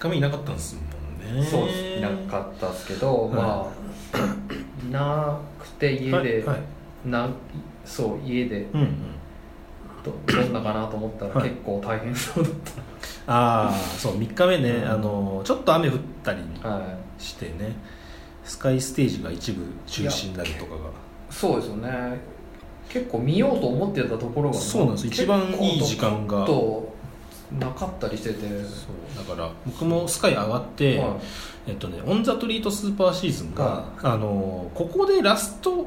日目いなかったんですもんねそうですいなかったですけど、はいまあなくて家で、はいはいなそう家でうんうんどどんなかなと思ったらはい結構大変そうだっああそう3日目ね、うんあのちょっと雨降ったりた、はいしてねスカイステージが一部中止になるとかそうですよね結構見ようと思ってたところががそうなんです一番いい時間がちそょっとなかったりしてて、うだから僕もスカイ上がって、はえっとね「オン・ザ・トリート・スーパーシーズンが」はあのここでラスト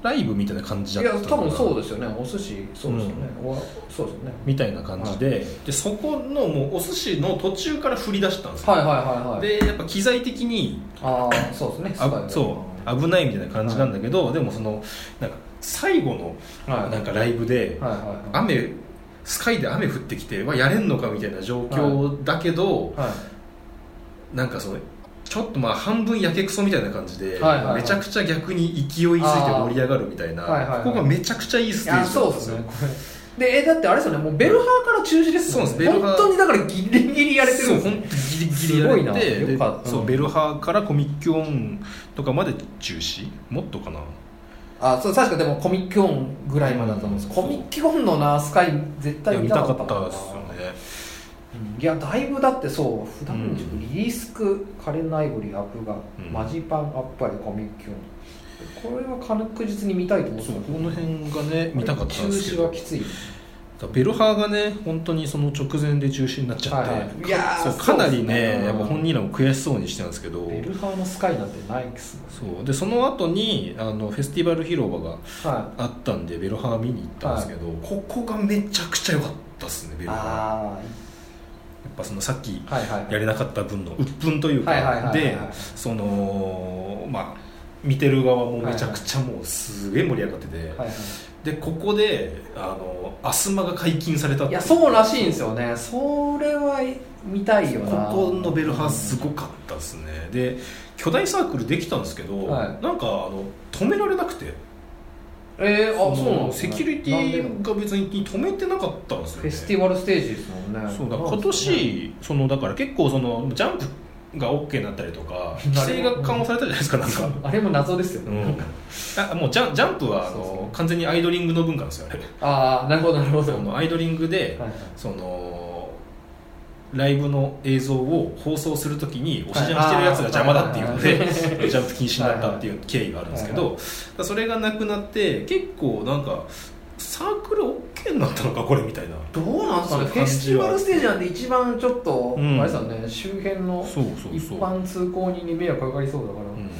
ライブみたいな感じい、だったいやのかな多分そうですよねお寿司そうですよね、おそうですよねみたいな感じで,、でそこのもうお寿司の途中から振り出したんですよ、はいはいはいはいでやっぱ機材的にああそうですねスカイあはそう危ないみたいな感じなんだけど、でもそのなんか最後のはいなんかライブで、はいはいはい雨スカイで雨降ってきてはやれんのかみたいな状況だけど、はいなんかそのちょっとまあ半分やけくそみたいな感じで、はいはいはめいちゃくちゃ逆に勢いづいて盛り上がるみたいな、あーはいはいはいここがめちゃくちゃいいスいテーやジだったそんうでですすよねでえだってあれですよねもうベルハーから中止ですもんねそうですベルハー本当にだからギリギリやれてるんですそうね本当ギリギリやれてすごいなでよかったそううんベルハーからコミックオンとかまで中止もっとかなあそう確かでもコミックオンぐらいまでだと思うんです、うんコミックオンのなスカイ絶い対や見見たたかかっったたもんなですよねうんいやだいぶだってそう普段塾うんリリースク、カレンアイゴリーアップが、うんマジパンアップアイコミックオンこれは確実に見たいと思ってそたうこの辺がね見たかったんですけ中止はどきついベルハーがね本当にその直前で中止になっちゃって、はいはいいやーそうそかうなりそうですねねやっぱ本人らも悔しそうにしてたんですけどベルハーのスカイなんてないですもそうでその後にあのフェスティバル広場がんはいあったんでベルハー見に行ったんですけど、ここがめちゃくちゃ良かったっすねベルハーやあっぱそのさっきあはいはいやれなかった分の鬱憤というはいはいはいかはいでそのまあ見てる側もめちゃくちゃもうすげえ盛り上がってて、はいはでここであのアスマが解禁されたっい、いていやうそうらしいんですよねそれは見たいよこなこのベルハーすごかったですねで巨大サークルできたんですけど、はいなんかあの止められなくてえー、あそうなんですセねキュリテなんでなんィが別に止めてなかったんですよフねェスティバルステージですもんねそうだからなん今ですかね年そのだから結構そのジャンプが OK になったりと か規制が緩和されたじゃないですかなんか。あれも謎ですうよね、ん、あもうジャンジャンプはあそうそうの完全にアイドリングの文化なんですよねああなるほどなるほどそのアイドリングではいそのライブの映像を放送するときにおしジャンしてるやつが邪魔だっていうのはいでジャンプ禁止になったっていう経緯があるんですけはどだからそれがなくなって結構なんかサークル OK になったのかこれみたいなどうなんすかねフそうェスティバルステージなんて一番ちょっと、うんあれですよね周辺のそうそう一そう、般通行人に迷惑かかりそうだから、うん、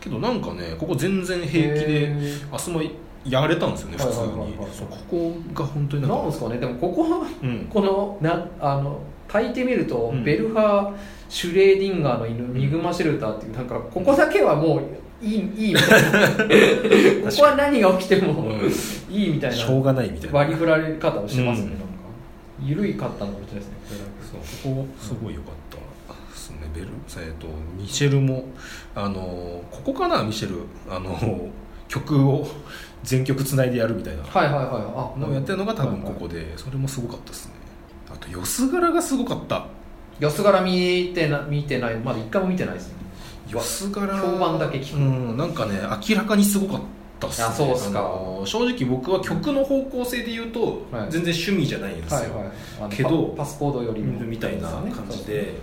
けどなんかねここ全然平気でへ明日もやれたんですよねはい普通はいはいはいにそうここが本当にーなんなんでかすかねでもここ はうんこのなあの炊いてみると、うんベルハーシュレーディンガーの犬ミグマシェルターっていうなんかここだけはもういいいいみた いなここは何が起きても、いいみたいなしょうがないみたいな割り振られ方をしてますうね、んなんか緩いかったのかもしれないですねそうここすごい良かったですね、ベルえっとミシェルもあのここかなミシェルあの曲を全曲つないでやるみたいなはいはいはいあのをやってるのが多分ここで、それもすごかったですねあとよす柄がすごかった安柄見てな見てないまだ一回も見てないですねよす柄評判だけ聞くうんなんかね明らかにすごかったっすねあそうっすかあの正直僕は曲の方向性で言うと、はい全然趣味じゃないんですよ、はいはいあのけどパパスコードよりもみたいな感じそうで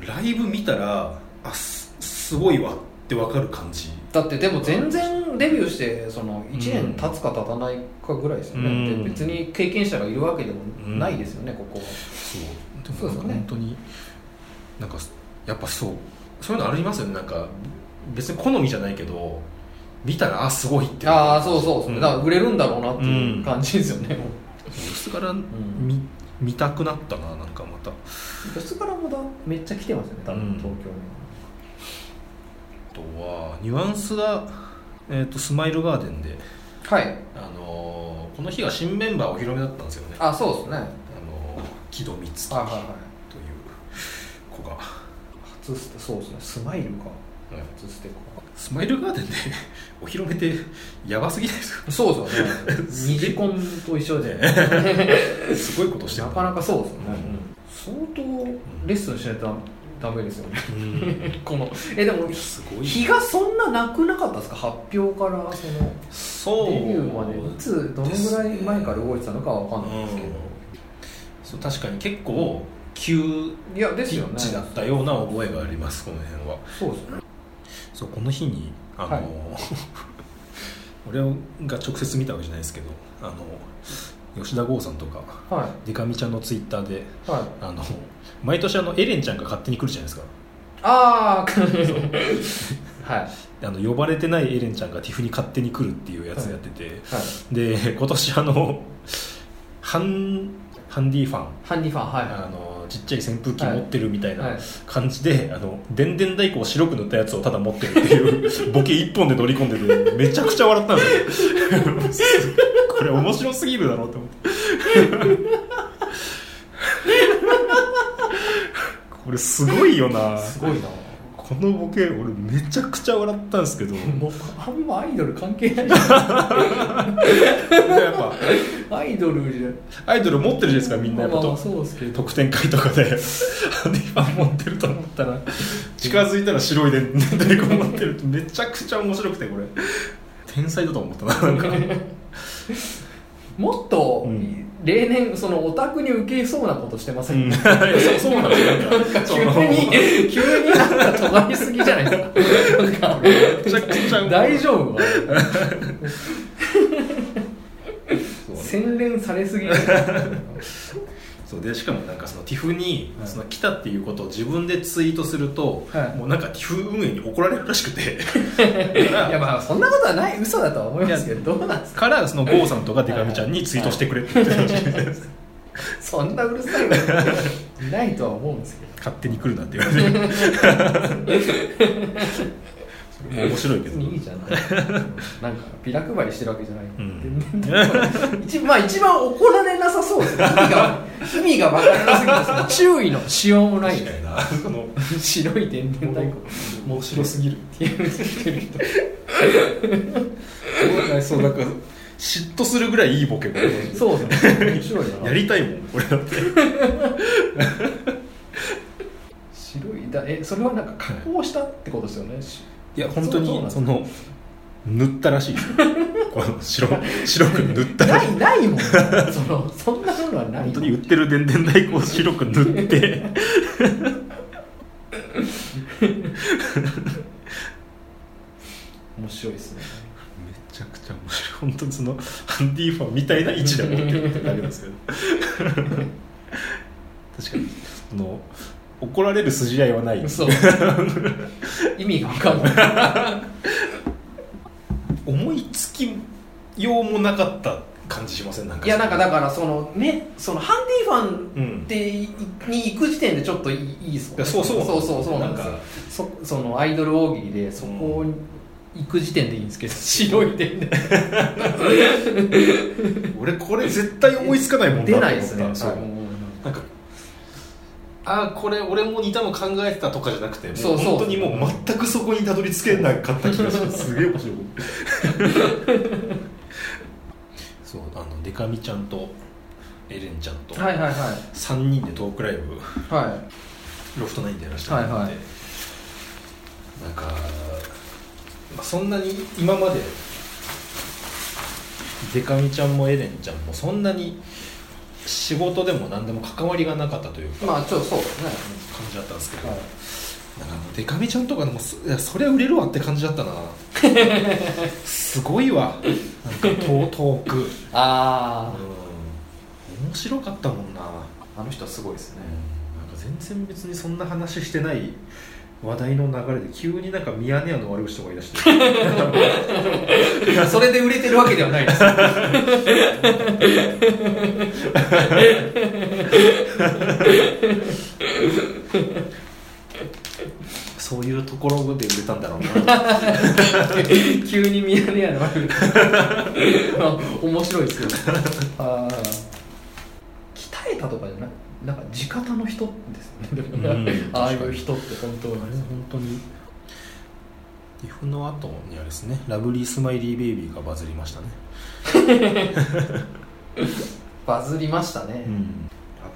そうライブ見たらあすすごいわってわかる感じだってでも全然デビューしてその1年経つか経たないかぐらいですよね、うんで別に経験者がいるわけでもないですよね、ここはそうでそうもなんですよかね本当に、なんかやっぱそうそういうのありますよねなんか別に好みじゃないけど見たらあすごいってああそうそうそう、んだから売れるんだろうなっていう感じですよね、薄からん見見たくなったななんかまたあ吉からもだめっちゃ来てますよね多分うん東京に、とはニュアンスが、えー、とスマイルガーデンで、はいあのーこの日が新メンバーお披露目だったんですよねああそうですねはいのー木戸光月というはいは子が、い初ステそうですねスマイルかうん初ステかスマイルガーデンで お披露目ってやばすぎないですかそうですよね二次婚と一緒で すごいことしてるなかなかそうですよね、うんそ相当、レッスンしないとダメですよねうん、このえでもすごい日がそんななくなかったですか発表からそのそうデビューまでいつどのぐらい前から動いてたのかは分かんないですけど、そう確かに結構急いやですピよねッチだったような覚えがありますこの辺はそうですねそうこの日にあの、はい 俺が直接見たわけじゃないですけどあの吉田剛さんとかはデカミちゃんのツイッターでいはいあの毎年あのエレンちゃんが勝手に来るじゃないですかああはいはいあの呼ばれてないエレンちゃんがティフに勝手に来るっていうやつやってて、で今年あのハンハンディファンハンディファンはいあのちっちゃい扇風機持ってるみたいはいな感じで、あのでんでん太鼓を白く塗ったやつをただ持ってるっていう ボケ一本で乗り込んでてめちゃくちゃ笑ったんですよ これ面白すぎるだろうと思って これすごいよなすごいなこのボケ俺めちゃくちゃ笑ったんですけ どもうあんまアイドル関係な いやっぱアイドルじゃアイドル持ってるじゃないですかみんなやっぱまあまとあそうですけど特典会とかでハンディファン持ってると思ったら近づいたら白いで大根持ってるとめちゃくちゃ面白くてこれ天才だと思ったななんかもっと、うん例年そのオタクに受けそうなことしてませ、うんんそうそうなんですよなんか急 に急になんか尖りすぎじゃないですかなんかめちゃくちゃ大丈夫そう洗練されすぎ そうでしかもなんかそのティフにはいその来たっていうことを自分でツイートすると、はいもうなんかティフ運営に怒られるらしくて いやまあそんなことはない嘘だとは思いますけどどうなんですかからその郷さんとかデカミちゃんにツイートしてくれって言ってたらしいですそんなうるさいこと ないとは思うんですけど勝手に来るなって言われてそれも面白いけ別どにいいじゃないなんかビラ配りしてるわけじゃない、うん全然一まあ一番怒られなさそうですね意味 が意味が分からなすぎますね注意のしようもない確かになその白い点々太鼓面白すぎるっていう人そうなんか嫉妬するぐらいいいボケがそうですね面白いなやりたいもん俺だって白いだえそれはなんか加工したってことですよね、しいや本当そうそうなんにだその塗ったらしいですよこの白白く塗ったらなしいいないもんそのそんなものはない本当に売ってるでんでん太鼓を白く塗って面白いですねめちゃくちゃ面白い本当にそのハンディファンみたいな位置で持ってるってだけですけど確かにその怒られる筋合いはないそう 意味が分かんない思いつきようもなかった感じしませんなんかいやなんかだからそのねそのハンディファンうんっていに行く時点でちょっといいいいっすもんいやそうそうそうそうそうなんですなよんかそそのアイドル大喜利でそこに行く時点でいいんです けど白い点で俺これ絶対思いつかないもん 出と思っなたいですねそうはいもうなんかなんかああこれ俺も似たの考えてたとかじゃなくてもうそうそう本当にもう全くそこにたどり着けなかった気がす るすげえ面白いそうあのデカミちゃんとエレンちゃんとはいはいはい3人でトークライブはロフトナインでやらせてもらって、はいはいなんか、まあ、そんなに今までデカミちゃんもエレンちゃんもそんなに仕事でも何でも関わりがなかったといういかまあちょっとそうですね感じだったんですけど、はいなんかもうデカミちゃんとかでもすいやそりゃ売れるわって感じだ ったなすごいわなんか トトーク、うん、あ面白かったもんなああの人はすごいですねなんか全然別にそんな話してない話題の流れで急になんかミヤネ屋の悪口とか言い出して いやそれで売れてるわけではないですそういうところで売れたんだろうな 急にミヤネ屋の悪口面白いですよああ鍛えたとかじゃないなんか地方の人ですよね、うん ああいう人って本当あれ本当に岐阜の後にはですねラブリースマイリーベイビーがバズりましたねバズりましたね、うん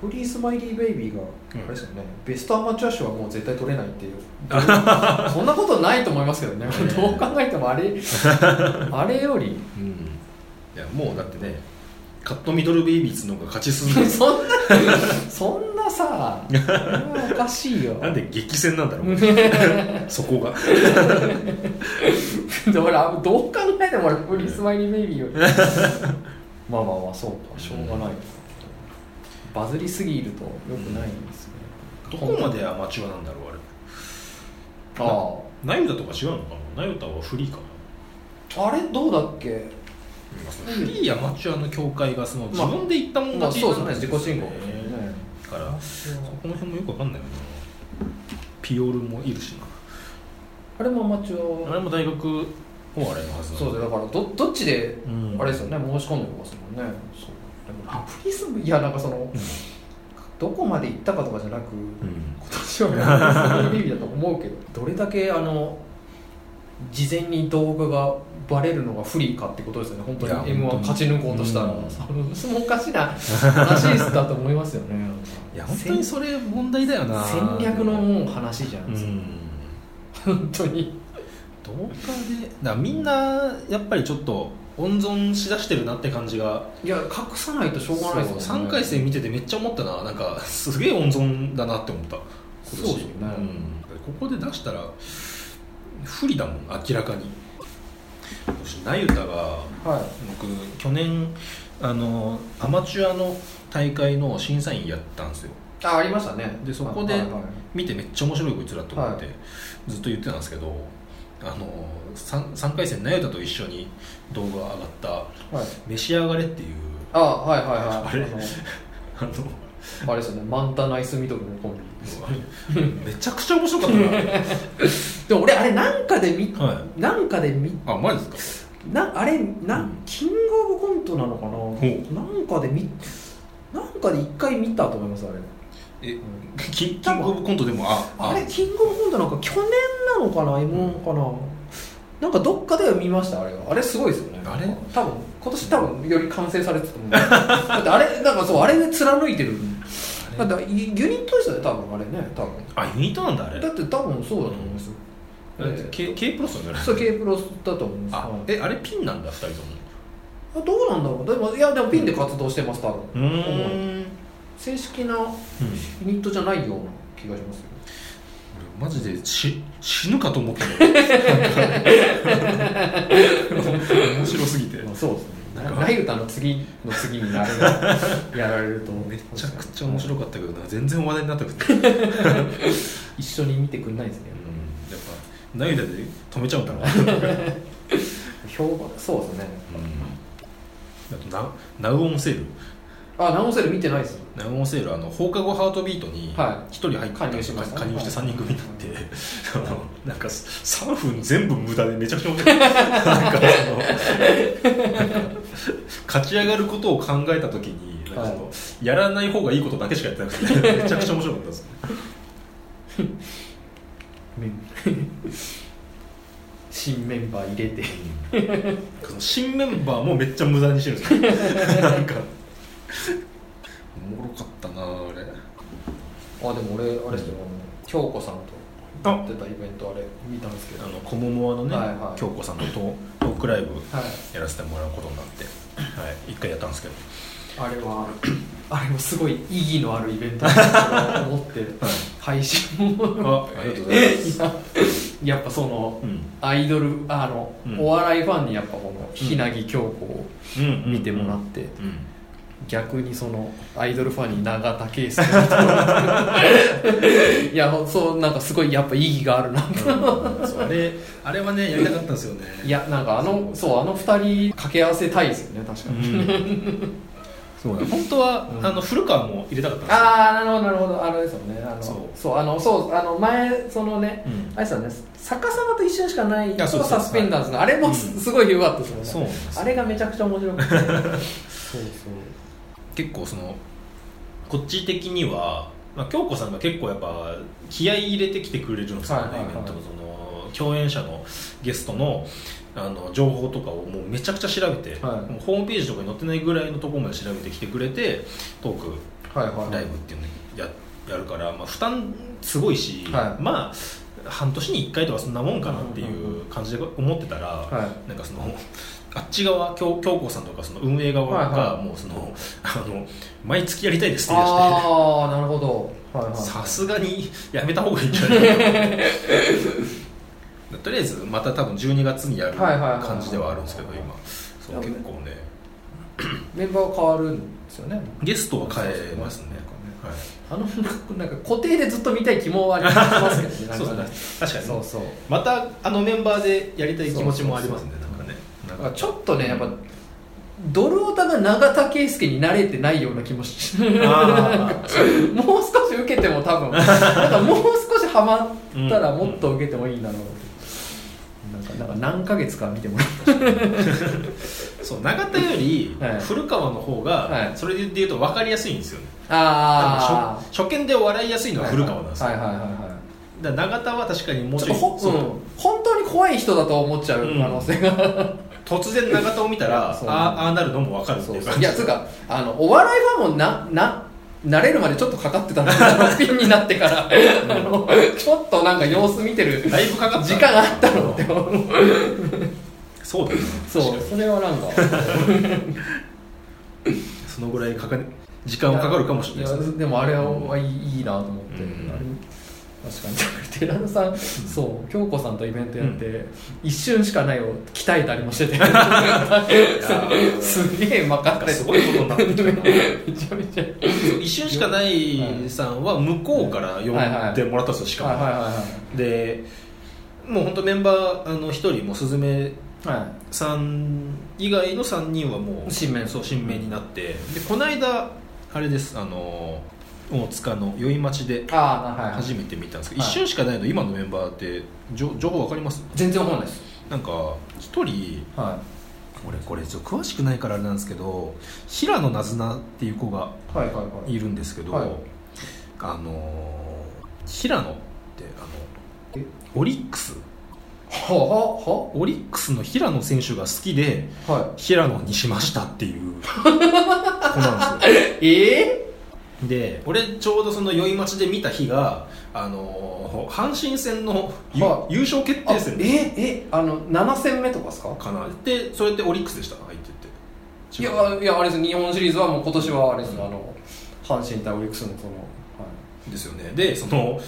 ラフリースマイリーベイビーがうんあれですよね、ベストアマチュア賞はもう絶対取れな いっていうそんなことないと思いますけどねねどう考えても あれあれよりうんいやもうだってねカットミドルベイビーズの方が勝ち進ん でるそんなそんな さそれはおかしいよなんで激戦なんだろう そこがで俺あどう考えても俺フリースマイリーベイビーよ りまあまあまあそうかしょうがない、バズりすぎるとよくないんですね、どこまでアマチュアなんだろうあれあナユタとか違うのかなナユタはフリーかなああれどうだっけフリーアマチュアの境界がその自分で言ったもんまあ勝ちそうなんですね自己申告ですねねだからそこの辺もよくわかんないよなピオールもいるしあれもアマチュなアあれも大学もあれのはずそうでだからどどっちでうんあれですよね申し込んでますもんねそうでもラプリスムいやなんかそのどこまで行ったかとかじゃなくうん今年はラプリスムの意味だと思うけ どどれだけあの事前に動画がバレるのが不利かってことですよね本当にいや m 1本当に勝ち抜こうとしたらうんそのそれもおかしな話だと思 いますよねいや本当にそれ問題だよな戦略のもう話じゃなういですか、ん本当に動画でだからみんなやっぱりちょっと温存しだしてるなって感じがいや隠さないとしょうがないですよね3回戦見ててめっちゃ思ったななんかすげえ温存だなって思った今年そうですよねうん、ここで出したら不利だもん明らかに私那由他がはい僕去年あのアマチュアの大会の審査員やったんですよあありましたねでそこではいはいはい見てめっちゃ面白いこいつらと思って、ずっと言ってたんですけどあの 3, 三回戦那由他と一緒に動画上がったはい「召し上がれ」っていうあはいはいはいあれのあの あれですよねマンタナイスミドルのコンビめちゃくちゃ面白かったなでも俺あれなんかで見はいなんかで見あマジですなあれなうんんキングオブコントなのかななんかで見なんかで一回見たと思いますあれえキンキングオブコントでもああれキングオブコントなんか去年なのかな m 1かな、なんかどっかでは見ましたあれはあれすごいですよねあれ多分今年多分より完成されてたと思う だってあれなんかそうあれで貫いてるだあってユニットですよね多分あれね多分あユニットなんだあれだって多分そうだと思いますよ、えー K, K プロスなんだよねそう K プロスだと思うんですあはいえあれピンなんだ2人ともあどうなんだろうでもいやでもピンで活動してます多分、うーん正式なユニットじゃないような気がしますよ俺マジでし死ぬかと思ってた面白すぎてまあ、そうですねなんかライウタの次の次に あれがやられるとめちゃくちゃ面白かったけどな全然話題になってなくて 一緒に見てくんないですねやっぱ涙で止めちゃうんだろうな、評判そうですねあとなナウオンセールあナオンセル見てないですナウオンセールあの放課後ハートビートには一人入ってたんですよ加入しましたね加入して3人組になって、はあのなんか3分全部無駄でめちゃくちゃ面 白いなんかそのなんか勝ち上がることを考えた時になんかその、はやらない方がいいことだけしかやってなくてめちゃくちゃ面白かったですメン 新メンバー入れてその新メンバーもめっちゃ無駄にしてるん ですよ なんかおもろかったなあれあでも俺あれですよ、あの京子さんとやってたイベントあれ見たんですけどあの小桃のね、はいはい京子さんのトトークライブはいやらせてもらうことになって、はい、一回やったんですけど、あれ はあれもすごい意義のあるイベントだなと思って配信もあありがとうございます、いややっぱそのうんアイドルあの、うんお笑いファンにやっぱこのひなぎ京子をうん見てもらって、うん逆にそのアイドルファンに永田圭介を見てもら っていやそうなんかすごいやっぱ意義があるなとうんそうあれあれはねやりたかったんですよねいやなんかあのそうあの二人掛け合わせたいですよね確かうに、んそうだ本当は、うんあの古川も入れたかったんですよああなるほどなるほどあのですよねあのそそううあのそうあの前そのね、うんあれですよね逆さまと一緒しかないいやそうそうサスペンダーズのあれもす,、うんごい良かったですそうよねなんですあれがめちゃくちゃ面白くてそうそう結構そのこっち的には、まあ、京子さんが結構やっぱ気合い入れてきてくれるんですよね、はいはいはいイベントのその共演者のゲストのあの情報とかをもうめちゃくちゃ調べて、はいもうホームページとかに載ってないぐらいのところまで調べてきてくれてトークはいはいはいライブっていうのややるから、まあ、負担すごいし、はいまあ半年に1回とかそんなもんかなっていう感じで思ってたら、はなんかそのあっち側京京子さんとかその運営側はいがもうその、あの毎月やりたいですって言い出してああなるほどはいはいさすがにやめた方がいいんじゃないかなと りあえずまた多分12月にやるはいはいはいはい感じではあるんですけど今そうなる結ほど構ねメンバーは変わるんですよねゲストは変えますねはいあのなんか固定でずっと見たい希望はありますけどねそうなんでかねすね確かにそうそうまたあのメンバーでやりたい気持ちもありますねなんかねなだんからかちょっとねやっぱドルオタが永田圭介に慣れてないような気もしもうあ少し受けても多分なんかもう少しハマったらうんもっと受けてもいいんだろうなんかなんか何ヶ月か見てもらったー そう永田よりはい古川の方はがいそれで言うと分かりやすいんですよねあ初初見で笑いやすいのは古川なんですよはいはいはいはいだから永田は確かにもうちちょょっいとほ、そううん、本当に怖い人だと思っちゃう可能 性が、突然永田を見たらあ そうあああなるのも分かるってそいううそ感うじいやつうかあのお笑いファンもなな慣れるまでちょっとかかってたんだけどピンになってから、あの ちょっとなんか様子見てるだいぶかかった時間があったのって思うそうだねそう確かにそれはなんかそのぐらいかかね時間はかかるかもしれないですやねでもあれはいいいいなと思って、うんあれ確かに寺田さん、そう京子さんとイベントやって、一瞬しかないを鍛えたりも しててーすげえ任なんかせてすごいことになってき たなめちゃめちゃ一瞬しかないさんは向こうから呼んでもらったんですよしかも、はいはいはでもう本当メンバーあの1人もうすずめいはいはさん以外の3人はもう新面そう新面になってでこの間あれですあの大塚の宵町でいああはいはい初めて見たんですけど、はい一瞬しかないの今のメンバーってじょ情報わかります全然わかんないですなんか1人は俺これちょっと詳しくないからあれなんですけど平野なずなっていう子がいはいはいはいいるんですけど、はいあのー平野ってあのえオリックスははオリックスの平野選手が好きではは平野にしましたっていう子なんですよええで俺ちょうどその宵町で見た日が、あのー阪神戦のゆ、は優勝決定戦ええあの7戦目とかですかかなでそれってオリックスでした入ってっていやあいやあれです日本シリーズはもう今年はあれです、あの阪神対オリックスのその、はですよねでその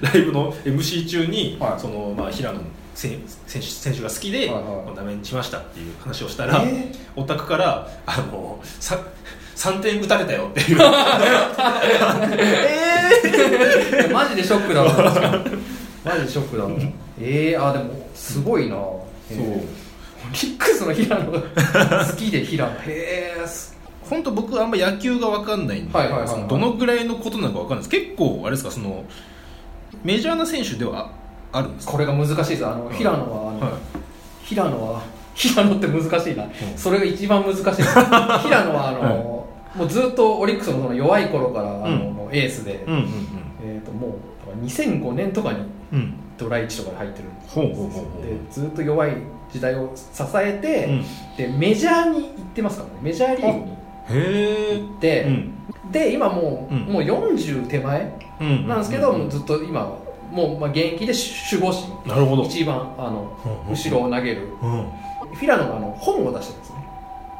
ライブの MC 中に、はいそのまあ、平野選選手選手が好きで、はいはいこんな目にしましたっていう話をしたら、えお宅からあのさ3点打たれたよっていうえい、 マジでショックだな確かに マジでショックだなええあでもすごいな、ええそう えキックスの平野が好きで平野へえす本当僕あんま野球が分かんないんで、はいはいはいはいそのどのぐらいのことなのか分かんないです結構あれですかそのメジャーな選手ではああるんですかこれが難しいですあの平野はあの、はい平野は 平野って難しいな、それが一番難しいです平野はあの、もうずっとオリックスのその弱い頃からあの、うんもうエースで、うんうんえー、ともう2005年とかにうんうんドラ1とかで入ってるんですほうほうほうよほうでずっと弱い時代を支えうて、んへでメジャーに行ってますからねメジャーリーグにえ行って、うんで今もう,、うんもう40手前うなんですけど、うもうずっと今もう、まあ、現役で守護神なるほど一番あの後ろろを投げるうんフィラノがあの本を出してるんですね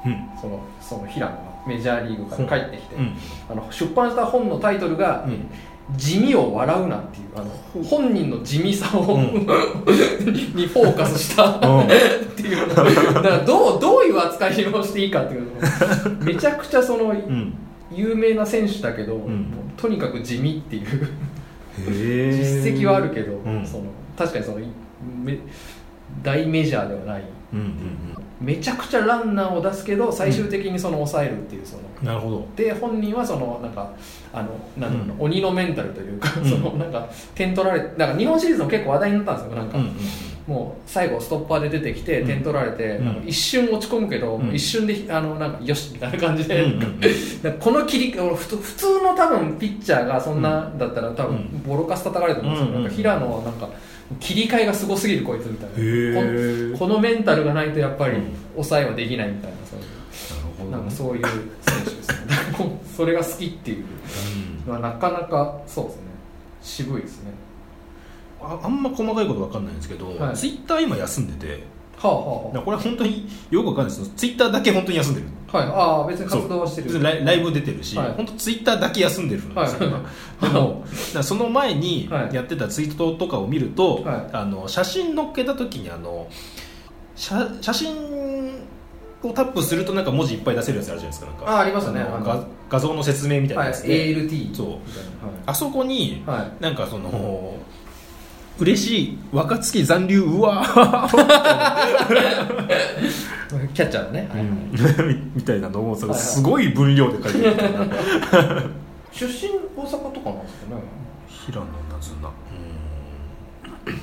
うんそのその平野がメジャーリーグから帰ってきて、うんあの出版した本のタイトルがうん「地味を笑うな」っていうあの本人の地味さを、うにフォーカスしたっていうのだからど うどういう扱いをしていいかっていうのめちゃくちゃそのうん有名な選手だけど、んもうとにかく地味っていうへえ実績はあるけど、うんその確かにそのめ大メジャーではないうんうんめちゃくちゃランナーを出すけど最終的にその抑えるっていうその。うんなるほどで本人はそのなんかあのなんだろうな、うん鬼のメンタルというか、うんそのなんか点取られなんか日本シリーズも結構話題になったんですよなんか、うんうんもう最後ストッパーで出てきてうん点取られて、うんなんか一瞬落ち込むけど、うん一瞬であのなんかよしみたいな感じで、うんうん なんかこの切り俺ふと普通の多分ピッチャーがそんなだったら多う分ボロカス叩かれてますけど、うんなんか平野はなんか切り替えがすごすぎるこいつみたいな、へえここのメンタルがないとやっぱりうん抑えはできないみたいなそういうなほどなんかそういう選手ですねだからもうそれが好きっていう うんのはなかなかそうですね渋いですねああんま細かいこと分かんないんですけど、はいツイッター今休んでてはあだかはらこれ本当によく分かんないですツイッターだけ本当に休んでるあはあはいああ別に活動はしてるそう別にライライブ出てるし、はい本当ツイッターだけ休んでるんですよ、はで もだからその前にはいやってたツイートとかを見ると、はいあの写真載っけた時にあの写写真をタップするとなんか文字いっぱい出せるやつあるじゃないですかなんかあありますよねのあの画画像の説明みたいなはいやつで、 ALT そうみたいあそこになはい、はいなんかその嬉しい若月残留うわーキャッチャーのね、はいはい みたいなのをそれはいはいすごい分量で書いてる出身大阪とかなんですかね平野なずな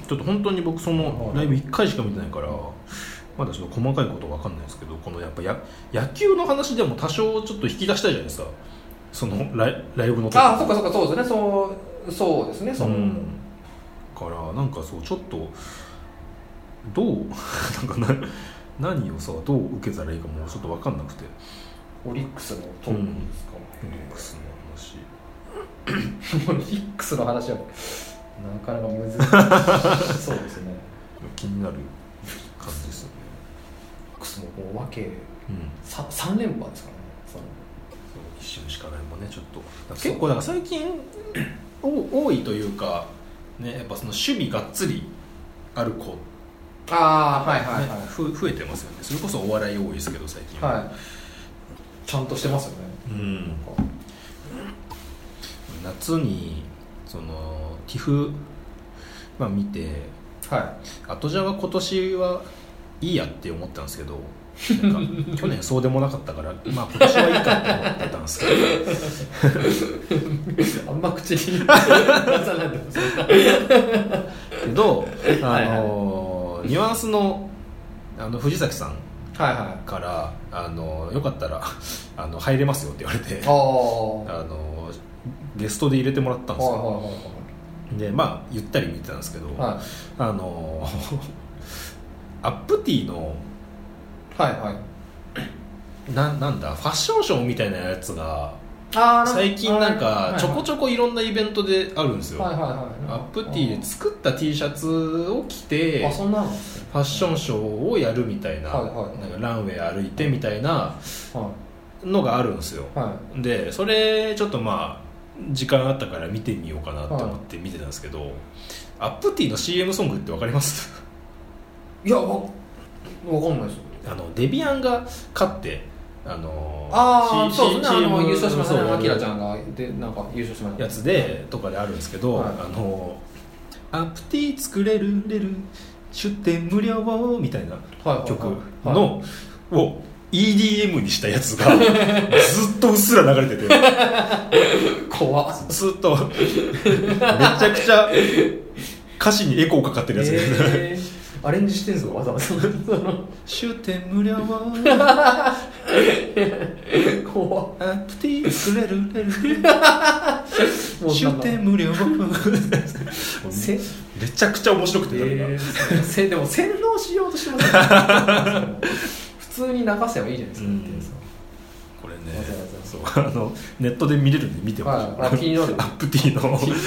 ちょっと本当に僕そのライブ1回しか見てないからまだちょっと細かいことわかんないですけどこのやっぱや野球の話でも多少ちょっと引き出したいじゃないですかそのライライブの時ああそっかそっかそうですねそうそうですねその、うん、からなんかそうちょっとどう なんかな何をさどう受けたらいいかもうちょっと分かんなくてオリックスのトップですかね、オリックスの話オリックスの話はなかなか難 しいそうですね気になる感じですよね、オリックスももう分けうん、さ3連覇ですからねその一瞬しかないもんねちょっと結構だから最近お多いというかねやっぱその守備がっつりある子、ねああはいはいはい、ふ増えてますよねそれこそお笑い多いですけど最近はいちゃんとしてますよねうん夏にその TIFF、まあ、見ては後じゃは今年はいいやって思ったんですけどなん か去年そうでもなかったから、まあ、今年はいいかって思ってたんですけどいあんま口に出さないでほしいけど、 あのニュアンスのあの藤崎さんはいはいから、あのよかったら あの入れますよって言われ てあ、あはいあのゲストで入れてもらったんですよ、はでまあゆったり見てたんですけど、いはいはいあのアップティーのはいはいななんだファッションショーみたいなやつがあー最近なんかちょこちちょこいろんなイベントであるんですよ、はいはいはいアップティーで作った T シャツを着てあそんなのファッションショーをやるみたいな,、はいはいなんかランウェイ歩いてみたいなはのがあるんですよいはでそれちょっとまあ時間あったから見てみようかなって思って見てたんですけど、アップティーの CM ソングってわかります いいやわわかんないですよあのデビアンが勝ってあのああ C- そうです C- ねあ CM の優勝しましたねそうアキラちゃんがでなんか優勝しましたやつでとかであるんですけど、はいあのアップティー作れるれる出店無料みたいなはいはいはい曲はいのを EDM にしたやつ がずっとうっすら流れてて 怖っずっとめちゃくちゃ歌詞にエコーかかってるやつで、 えーアレンジしてんすかわざわ ざ終点無料怖っアップティー作れるれるもう終なんか点無料せ めちゃくちゃ面白くて、なんかえーせでも洗脳しようとしてます 普通に流せばいいじゃないですかうんっていうさこれねわざわざそうあのネットで見れるんで見てほしい、はいあ気になる アップティーの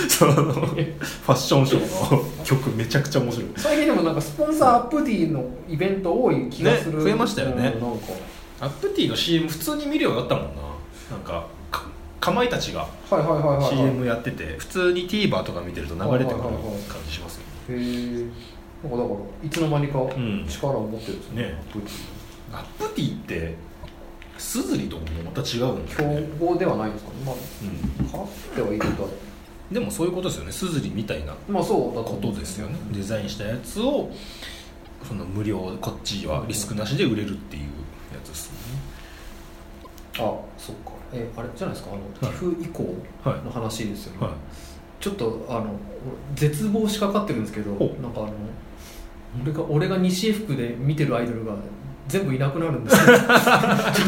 そのファッションショーの曲めちゃくちゃ面白い最近でもなんかスポンサーアップディのイベント多い気がする、ね増えましたよねうんなんかアップティーの CM 普通に見るようになったもんななんかかかまいたちがはいはいはいはい、はい、 CM やってて普通に TVer とか見てると流れてくるはいはいはい感じしますよねへえんかだからいつの間にかん力を持ってるんですね,、ねアップティーってスズリともまた違うんだ強よね、豪ではないんですかねまあうん、勝ってはいるとはでもそういうことですよねスズリみたいなまあそうだとこ思とうんですよねデザインしたやつをその無料こっちはリスクなしで売れるっていうやつですよねあそっかえあれじゃないですかあの TIFF 以降はいの話ですよね、はいちょっとあの絶望しかかってるんですけどほなんかあの俺が俺が西福で見てるアイドルが全部いなくなるんです よ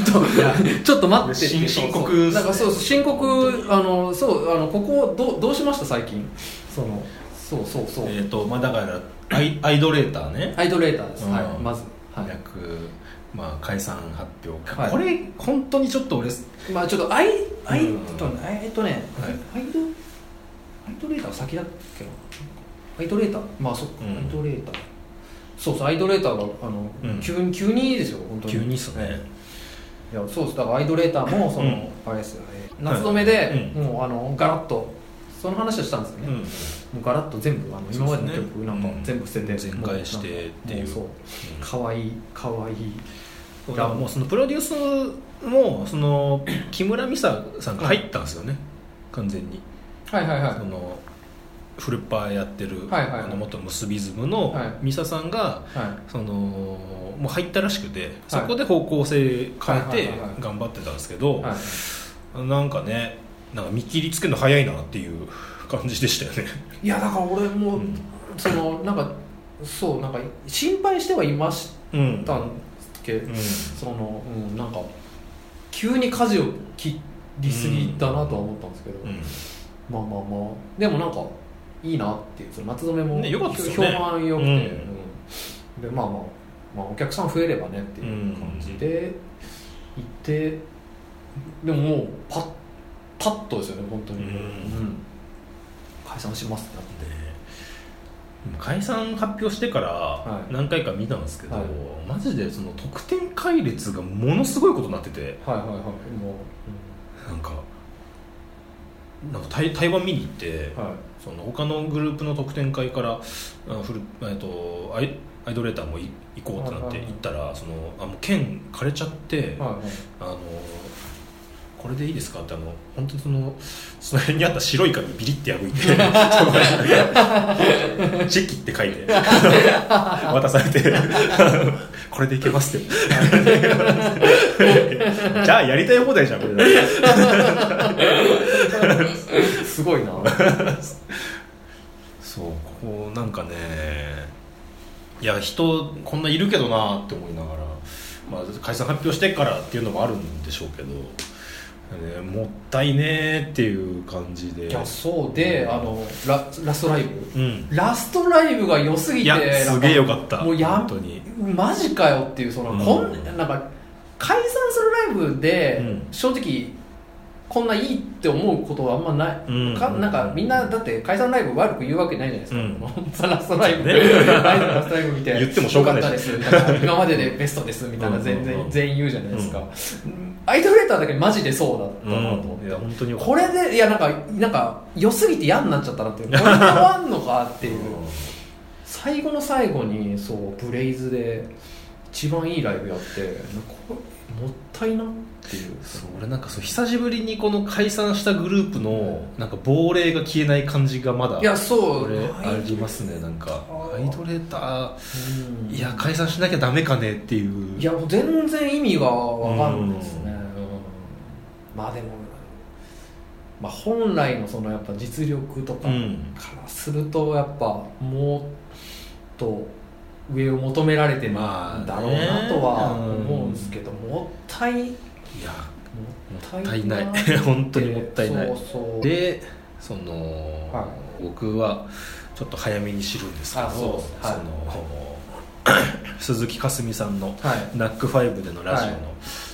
ちょっとちょっと待って深深刻そっすねうそうなんかそうそう深刻あのそうあのここどうどうしました最近そのそうそうそう、えっ、とまあだからアイアイドレーターねアイドレーターです、うんはいまず、はい、略まあ、解散発表、はいこれ本当にちょっと俺まあちょっとアイアイうんとねえっとね、はいアイドアイドレーターは先だっけなアイドレーターまあそう、うんアイドレーターそうそうアイドレーターがあの、うん急に急にいいですよ本当に急にっすね、いやそうですだからアイドレーターもその、うんあれですよね夏止めで、うもうあのガラッとその話をしたんですよね、うん、もうガラッと全部あの今までの曲なんか全部捨てて、全開してっていうもそうかわいいかわいいだからもうそのプロデュースもそ の木村美沙さんが入ったんですよね、完全にはいはいはいそのフルパーやってる、はいはいはいあの元結びズムのはいミサさんがはそのもう入ったらしくてそこで方向性変えはいはいてはいはい頑張ってたんですけど、い、はいなんかねなんか見切りつけるの早いなっていう感じでしたよね、いやだから俺も、うんそのなんかそうなんか心配してはいましうんたんですけど、うんその、うん、なんか急に舵を切りすぎだなとは思ったんですけど、まあまあまあでもなんかいいなっていうその松染めも、ね良かったですよ評ね判良くて、うんうんでまあまあまあお客さん増えればねっていう感じで行って、でももうパッパッとですよね本当に、うんうん解散しますってなって。で解散発表してからはい何回か見たんですけど、はいマジでその得点回列がものすごいことになっててはいはいはいもなんかなんか台台湾見に行って、う、はその他のグループの特典会からあフル、えっと、アイアイドレーターもい行こうってなっはいはていはい行ったらそのあもう券枯れちゃってい、はいあのこれでいいですかってあの本当にそのその辺にあった白い紙ビリって破い てそのチェキって書いて 渡されて これでいけますって じゃあやりたい放題じゃんこれはい、すごいなそうこうなんかねいや人こんないるけどなって思いながら、まあ、解散発表してからっていうのもあるんでしょうけど、ね、もったいねーっていう感じでいやそうで、あのララストライブうんラストライブが良すぎいてやなんすげえよかったもうや本当にマジかよっていうその、うんこんなんか解散するライブで、うん正直こんないいって思うことはあんまない、うんかなんかみんなだって解散ライブ悪く言うわけないじゃないですか、うんこのザラストライブ、ねライブラストライブ見て言ってもしょうがない良かったですみたいな今まででベストですみたいなうん全然、うん全員言うじゃないですか、アイドルレーターだけマジでそうだったなと思って、うんいや本当によかったこれでいやなんかなんか良すぎて嫌になっちゃった なっていうこれで終わんのかっていううん最後の最後にそうブレイズで一番いいライブやってこれもったいなっていうそう俺なんかそう久しぶりにこの解散したグループのなんか亡霊が消えない感じがまだいやそう俺ありますねなんかアイドレーターいや解散しなきゃダメかねっていういやもう全然意味がわかんないですね、うんうんまあでも、まあ、本来のそのやっぱ実力とかうかんらするとやっぱもっと上を求められてるんだろうなとは思うんですけど、もったいもいやったもっいたないない 本当にもったいないそうそうでその、は僕はちょっと早めに知るんですけどあそうですはいその 鈴木かすみさんのはい「ナックファイブでのラジオはいの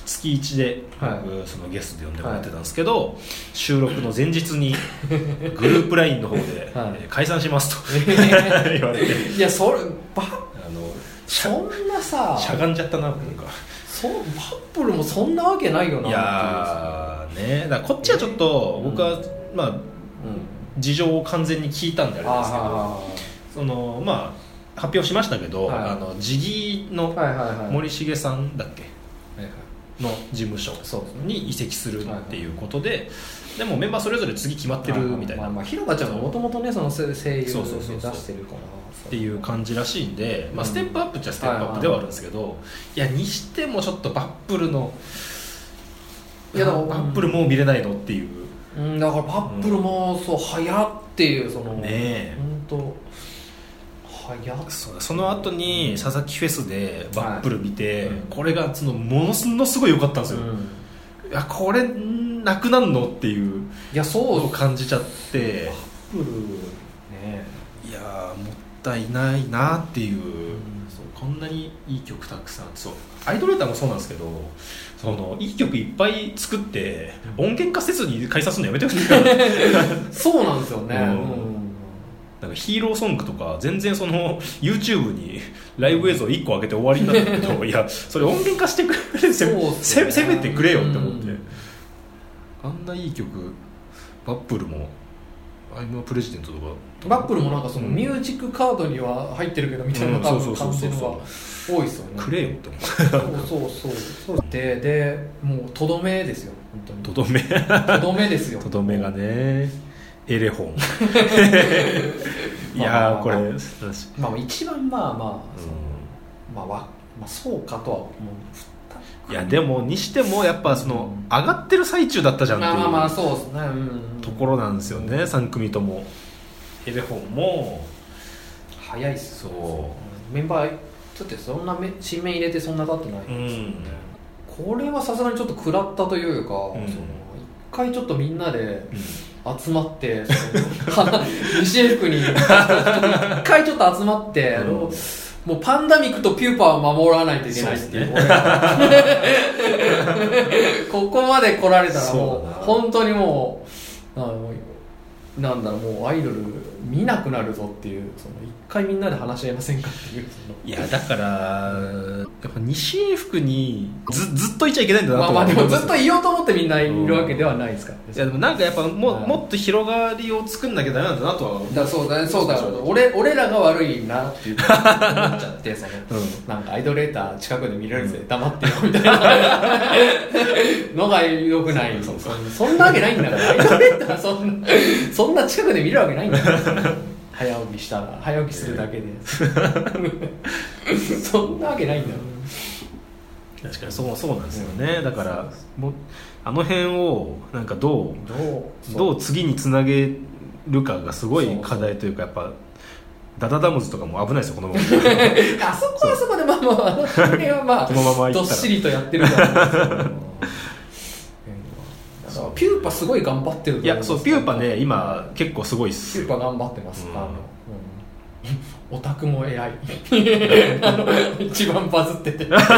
月1ではい僕そのゲストで呼んでもらってたんですけど、収録の前日 にグループ LINE の方で、はいえー解散します と言われて いやそれあばのしそゃんなさしゃがんじゃったななんかそバップルもそんなわけないよないやーねだからこっちはちょっと僕は、まあうん事情を完全に聞いたんであれですけどあそのまあ発表しましたけど、はいあのジギーーのはいはいはい森重さんだっけはいはいの事務所そうですねに移籍するっていうことで、でもメンバーそれぞれ次決まってるみたいまあなっまあ広場ちゃんももともとねその声声優そうそうそう目指そうしてるからてういう感じらしいんで、まあ、うんステップアップっちゃステップアップではあるんですけど、いやにしてもちょっとバップルのいやだからバップルもう見れないのっていううんだからバップルもそう早っていうそのねえ本当早っそうその後に佐々木フェスでバップル見て、はいうんこれがそのものすんのすごい良かったんですよ、うんいやこれんなくなんのっていういやそうを感じちゃってアップルねいやーもったいないなっていう,、んそうこんなにいい曲たくさんそうアイドル歌もそうなんですけどそのいい曲いっぱい作って音源化せずに解散するのやめてほしい からそうなんですよね、うんうんなんかヒーローソングとか全然その YouTube にライブ映像1個上げて終わりになったけどいやそれ音源化してくれせ,、そうっすせよねせめてくれよって思って、うんあんないい曲バップルも「アイム・プレジデント」とかバップルもなんかそのうんミュージックカードには入ってるけどみたいなうん多そ分うそう感そじうのそうが多いですよねくれよって思ってそうそうそうそうででもうとどめですよ本当とにどめとどめですよとどめがねエレホン いやーこれ私まあ一番まあまあ、そのうまあわまあそうかとはん思いやでもにしてもやっぱそのうん上がってる最中だったじゃうまあまあまんあっていそうですねうんうところなんですよね3組ともエレホンも早いっすそうメンバーだってそんなめ新面入れてそんな経ってないですよね、これはさすがにちょっと食らったといんうか、その一回ちょっとみんなでう集まってその 西江福に一回ちょっと集まって、あのうんもうパンダミックとピューパーを守らないといけないっていう俺が ここまで来られたらもそううだな本当にもうあのなんだろうもうアイドル見なくなるぞっていうその一回みんなで話し合いませんかっていうそのんいやだからやっぱ西英福にずずっといちゃいけないんだなまあとまあはで思いもまずすっといようと思ってみんないるわけではないですからね、いやでもなんかやっぱもはいもっと広がりを作んなきゃダメなんだなとは思うだそうだねそうだ俺俺らが悪いなっていう思っちゃってその、うんなんかアイドルレーター近くで見れるぜ、黙ってよみたいなのが良くないそそんなわけないんだからアイドルレーターそんなそんな近くで見るわけないんだから早起きしたら早起きするだけでそんなわけないんだよ確かにそうそうなんですよね、だからもうあの辺をなんかどうどうどうう次につなげるかがすごそういそう課題というかやっぱダダダムズとかも危ないですよこの ままあそこはそこでまあまああの辺はまあこのまま行ったどらっしりとやってる からそのピューパすごい頑張ってると思いやそうピューパね今結構すごいっキすューよパ頑張ってます、うんあのうんオタクも偉いあの一番バズって てあ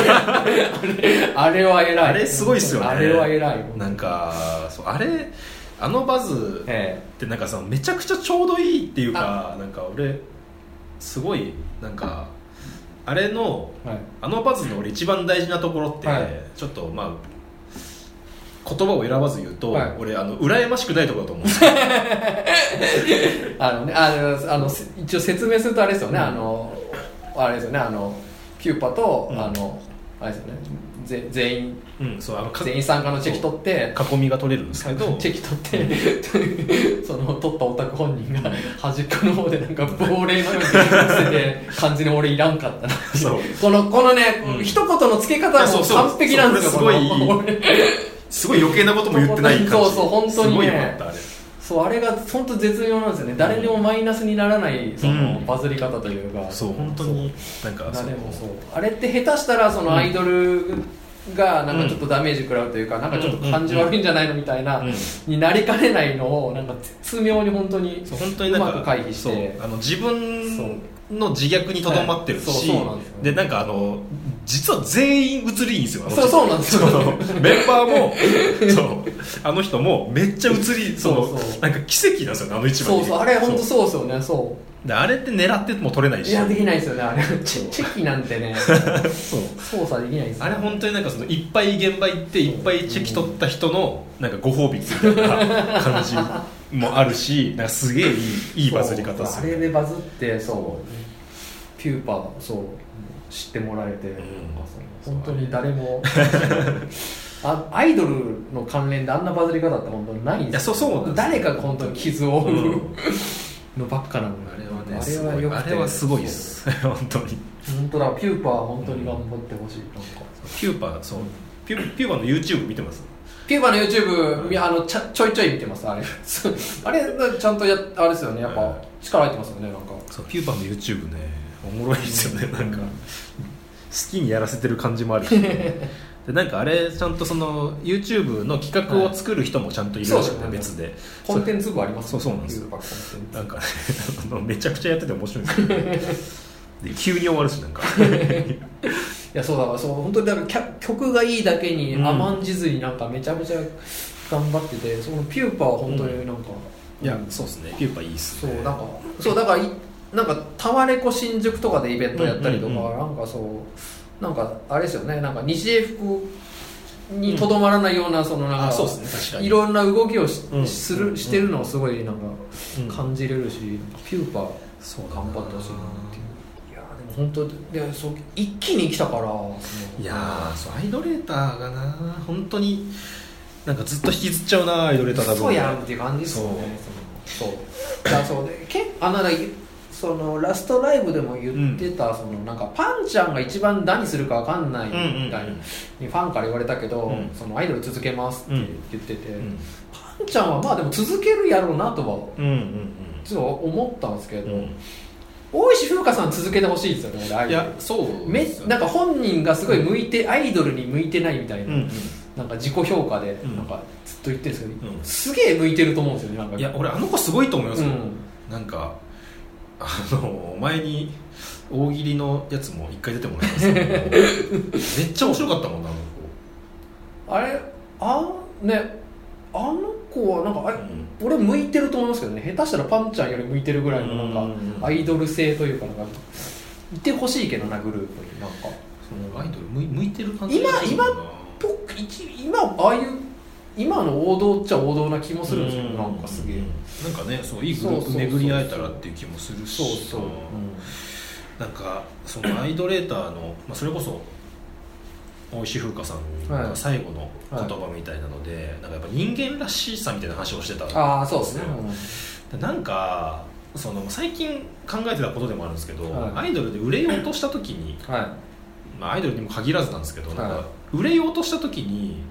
れあれは偉いあれすごいっすよねあれは偉いなんかそうあれあのバズえってなんかさめちゃくちゃちょうどいいっていうかなんか俺すごいなんかあれのえはいあのバズの俺一番大事なところって、はいちょっとまあ言葉を選ばず言うと、はい俺あの羨ましくないところだと思うんです よあのねあのあのせ一応説明するとあれですよね、うんあのあれですよねあのキューパと、うんあのあれですよねぜ全員うんそうあのか全員参加のチェキ取って囲みが取れるんですけど チェキ取って その取ったオタク本人が端っこの方でなんか亡霊のようにしてて完全に俺いらんかったなそうこのこのね、うん一言の付け方あそもうそう完璧なんですよそうこれすごいこの俺すごい余計なことも言ってない感じそうそう本当すにねごいよかったあれそうあれが本当絶妙なんですよね誰にもマイナスにならないその、うんバズり方というかそう本当になんか誰もそそううあれって下手したらそのアイドルがなんかちょっとダメージ食らうというか、なんかちょっと感じ悪いんじゃないのみたいな、うんになりかねないのをなんか絶妙に本当にそう本当になんかうまく回避してそうあの自分の自虐にとどまってるし、はいそうそうなんですよねでなんかあの実は全員移りいいんですよあのそうそうなんですよそのメンバーもそうあの人もめっちゃ移りそのそうそうなんか奇跡なんですよねあの一番そうそうあれ本当そそうですよねそううであれって狙っても取れないしいやできないですよねあれチェチェキなんてね そう操作できないですよあれ本当当になんかそのいっぱい現場行っていっぱいチェキ取った人のなんかご褒美みたいな感じもあるしなんかすげえいいいいバズり方すあれるでバズってそうピューパーそう知ってもらえて、んそう本当に誰も あアイドルの関連であんなバズり方って本当にないんですよいやそうそうなんですよ誰かが本当に傷を負う、うんのばっかなのにあれはねあれすはごよいくあてれはすごいです本当に本当だピューパー本当に頑張ってほしい、なんかピューパーそうピュピューパーの YouTube 見てますピューバの YouTube みあのちゃちょいちょい見てます あれそうあれちゃんとやあれですよねやっぱは力入ってますよねなんかそうピューパーの YouTube ねおもろいですよねなんか好きにやらせてる感じもあるしでなんかあれちゃんとその YouTube の企画を作る人もちゃんといるらしくて、はい別でコンテンツ部ありますそうそうなんですよキューバコンテンツなんかね あのめちゃくちゃやってて面白いんですけど、ね、で急に終わるしなん かいやそうだからそう本当にだからキャ曲がいいだけにうん甘んじずになんかめちゃめちゃ頑張ってて、そのピューパーは本当になんか、いやそうですねピューパいいっすそうねなんかそうだからいなんかタワレコ新宿とかでイベントやったりとか、うんうんうんなんかそうなんかあれですよねなんか西英福にとどまらないようなそのなんか、あそうですね確かにいろんな動きをし,、うんすうんうんるしてるのをすごいなんかうん感じれるし、ピューパーそうだな頑張ってほしいなっていう。いやでも本当でそう一気に来たからいやーそうアイドレーターがな本当になんかずっと引きずっちゃうなアイドレーターだそうやんっていう感じですよねそうだからそうでけあのだそのラストライブでも言ってた、そのなんかパンちゃんが一番何するかわかんないみたうんいうんうんにファンから言われたけど、うんそのアイドル続けますって言ってて、うんパンちゃんはまあでも続けるやろうなとはうんうんちょっと思ったんですけうど、んうん大石風花さん続けてほしいですよね俺アイいドルやそうめですよなんか本人がすごい向いて、アイドルに向いてないみたいな、うんなんか自己評価でんなんかずっと言ってるんですけど、うんすげえ向いてると思うんですよねなんうかんいや俺あの子すごいと思いますうよ、んなんかあの前に大喜利のやつも一回出てもらいま したけどめっちゃ面白かったもんなあのあれあねあの子はなんかあれ子、うん俺向いてると思いますけどね下手したらパンちゃんより向いてるぐらいのなうんんかアイドル性というかなんかいてほしいけどなグループになんかそのアイドル向い向いてる感じ今がするのかな僕一今ああいう今の王道っちゃ王道な気もするんですけどなんかすげえなんかねそういいグループ巡り会えたらっていう気もするしそうそう、うんなんかそのアイドレーターの、まあ、それこそ大石風花さんはがい最後の言葉みたいなので、なんかやっぱ人間らしさみたいな話をしてたんですよああそうですね、でなんかその最近考えてたことでもあるんですけど、はアイドルで売れようとした時に、うんはいまあ、アイドルにも限らずなんですけど、なんはいか売れようとした時に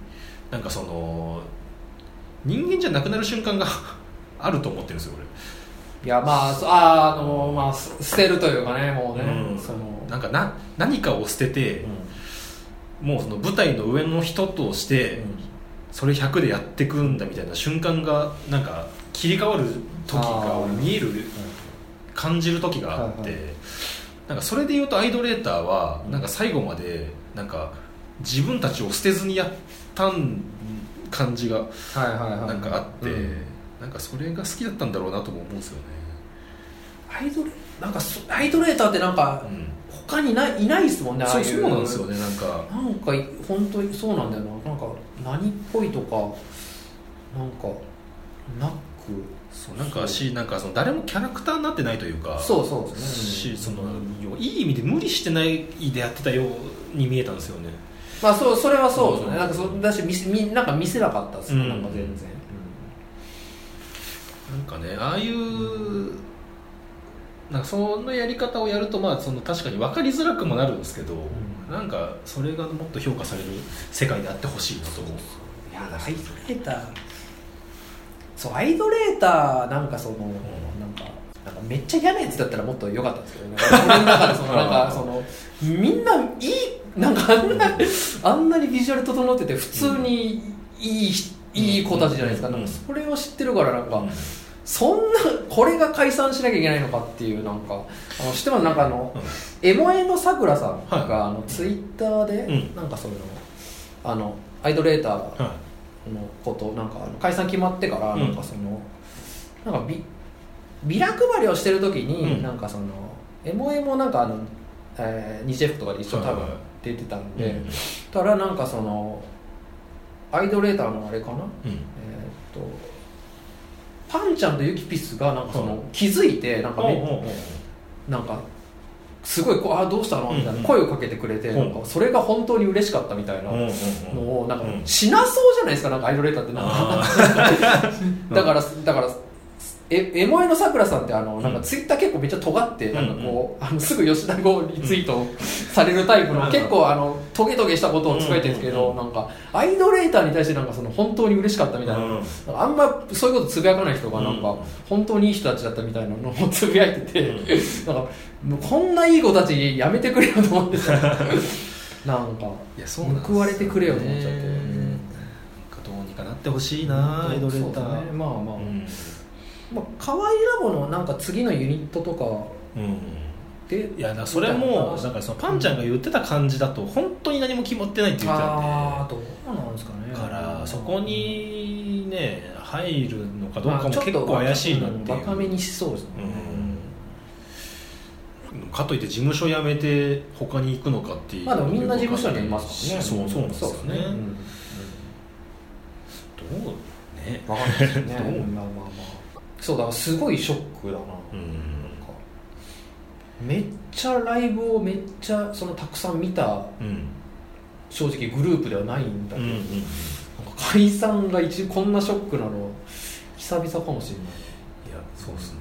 なんかその人間じゃなくなる瞬間が あると思ってるんですよ俺。いやまあそあーあのまあす捨てるというかねもうね、うんそのなんかな何かを捨てて、もうその舞台の上の人として、うんそれ100でやってくんだみたいな瞬間がなんか切り替わる時があー見える感じる時があって、はいはなんかそれで言うとアイドレーターはうんなんか最後までなんか自分たちを捨てずにやったん感じがはいはいはいなんかあって、うんなんかそれが好きだったんだろうなとも思うんですよね。アイドルなんかそアイドレーターってなんかうん他にないいないですもんねああそいううそうなんですよねなんかなんかい本当にそうなんだよななんか何っぽいとかなんかなくそうなんかしなんかその誰もキャラクターになってないというかそうそうですしねそのうんいい意味で無理してないでやってたように見えたんですよねまあそうそれはそうですね、うんなんかそだし見せみなんか見せなかったですね、うんなんか全然、なんかねああいうなんかそのやり方をやるとまあその確かに分かりづらくもなるんですけど、んなんかそれがもっと評価される世界であってほしいなと思ういやアイドレーターそうアイドレーターなんかその、なんかなんかめっちゃ嫌なやつだったらもっと良かったんですけ どね俺の中でそのなんかそのみんないいなんかあんなあんなにビジュアル整ってて普通にいい人、いい子たちじゃないですか,、うんなんかそれを知ってるからなんか、うんそんなこれが解散しなきゃいけないのかっていうなんかあの知ってますなんかあの、エモエのさくらさんが、はいあのツイッターで、うんなんかそういうのあのアイドレーターがはのことなんかあの解散決まってからうんなんかその、なんかビビラ配りをしてる時に、うんなんかそのエモエモなんかあの、えー、ニジェフとかで一緒に多分出てたんいで、たらなんかそのアイドレーターのあれかなうんえーっとパンちゃんとユキピスがなんかその、うん気づいてなんかめ、おうおうおうなんかすごいこうあどうしたのみたいうんうなん声をかけてくれて、うんなんかそれが本当に嬉しかったみたいなおうおうのをなんかうんしなそうじゃないですかなんかアイドルレーターってなんあかだからだからえエモエのさくらさんってあのなんかうんツイッター結構めっちゃ尖ってなんかこうあのすぐ吉田剛リツイートされるタイプうんの結構あのトゲトゲしたことを使えてるんですけうどんなんかアイドルレーターに対してなんかその本当に嬉しかったみたいなうんなんかあんまそういうことつぶやかない人がなんうかん本当にいい人たちだったみたいなのをつぶやいてて、うん なんかもうこんないい子たちやめてくれよと思ってたなんかいやそうなんですよね報われてくれよと思っちゃっなて、んかどうにかなってほしいなアイドルレタそうですねーまあまあ、うんまあ、可愛いラボのなんか次のユニットとかうんでいやだからそれもみただいなからそのパンちゃんが言ってた感じだと本当に何も決まってないって言ってたんでああどうなんですかねだからそこにね入るのかどうかも結構怪しいなっていバカめうにしそうですね、うんかといって事務所辞めて他に行くのかっていうまあでもみんな事務所にいますからねそうそうなんですよねそうどうね分かんないですねどうまあまあまあそうだからすごいショックだな、うんなんかめっちゃライブをめっちゃそのたくさん見たうん正直グループではないんだうけんうんど、いなんか解散が一こんなショックなの久々かもしれないやそうですね